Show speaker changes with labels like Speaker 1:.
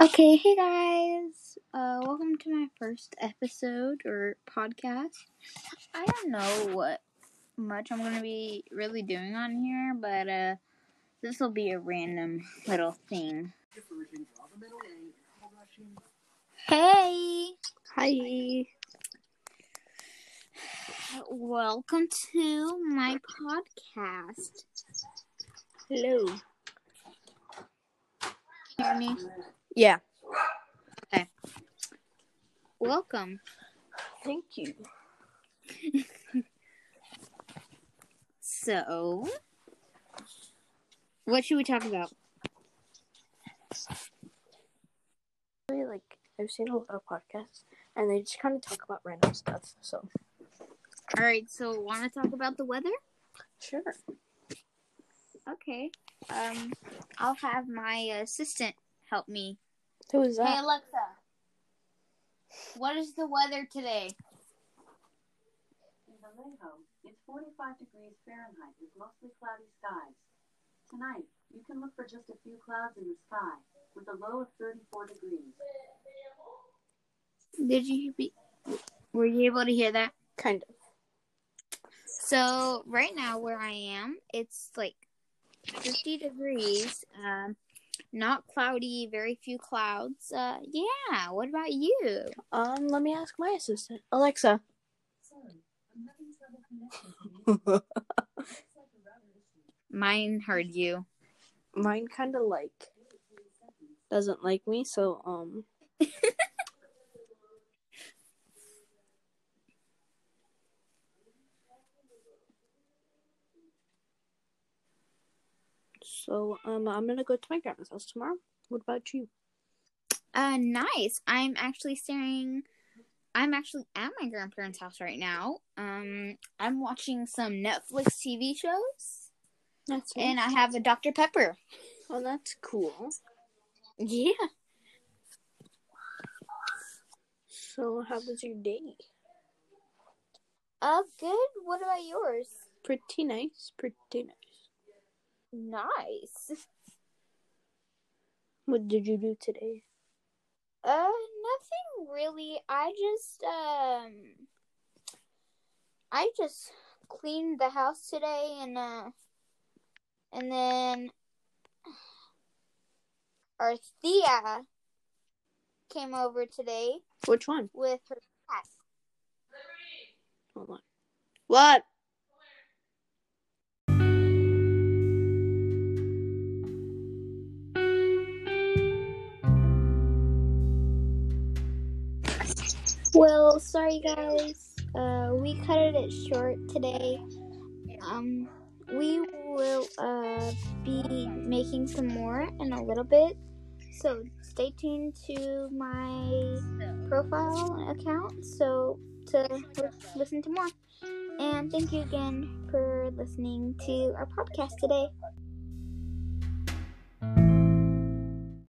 Speaker 1: Okay, hey guys. Uh, welcome to my first episode or podcast. I don't know what much I'm gonna be really doing on here, but uh, this will be a random little thing. Hey,
Speaker 2: Hi.
Speaker 1: welcome to my podcast.
Speaker 2: Hello.
Speaker 1: Hear me?
Speaker 2: Yeah.
Speaker 1: Welcome.
Speaker 2: Thank you.
Speaker 1: So, what should we talk about?
Speaker 2: Really, like I've seen a lot of podcasts, and they just kind of talk about random stuff. So
Speaker 1: All right, so want to talk about the weather?
Speaker 2: sure.
Speaker 1: Okay. Um, I'll have my assistant help me.
Speaker 2: Who is
Speaker 1: Hey Alexa, what is the weather today?
Speaker 3: In Vallejo, it's 45 degrees Fahrenheit with mostly cloudy skies. Tonight, you can look for just a few clouds in the sky, with a low of 34 degrees.
Speaker 1: Did you be? Were you able to hear that?
Speaker 2: Kind of.
Speaker 1: So right now where I am, it's like 50 degrees. Um, not cloudy, very few clouds. Uh, yeah. What about you?
Speaker 2: Um, let me ask my assistant, Alexa.
Speaker 3: Sorry, I'm having trouble connecting. Looks like a router issue.
Speaker 1: Mine heard you.
Speaker 2: Mine kind of like doesn't like me, so um. So um, I'm gonna go to my grandma's house tomorrow. What about you?
Speaker 1: Uh, nice. I'm actually staring. I'm actually at my grandparents' house right now. Um, I'm watching some Netflix TV shows,
Speaker 2: That's
Speaker 1: and I have a Dr. Pepper.
Speaker 2: Oh, that's cool.
Speaker 1: Yeah.
Speaker 2: So, how was your day?
Speaker 1: Uh, good. What about yours?
Speaker 2: Pretty nice. Pretty nice.
Speaker 1: Nice.
Speaker 2: What did you do today?
Speaker 1: Uh, nothing really. I just um, I just cleaned the house today, and uh, and then our Thea came over today
Speaker 2: Which one?
Speaker 1: with her cat.
Speaker 2: Hold on. What?
Speaker 1: Well, sorry guys, uh, we cut it short today. Um, we will uh, be making some more in a little bit, so stay tuned to my profile account so to li- listen to more. And thank you again for listening to our podcast today.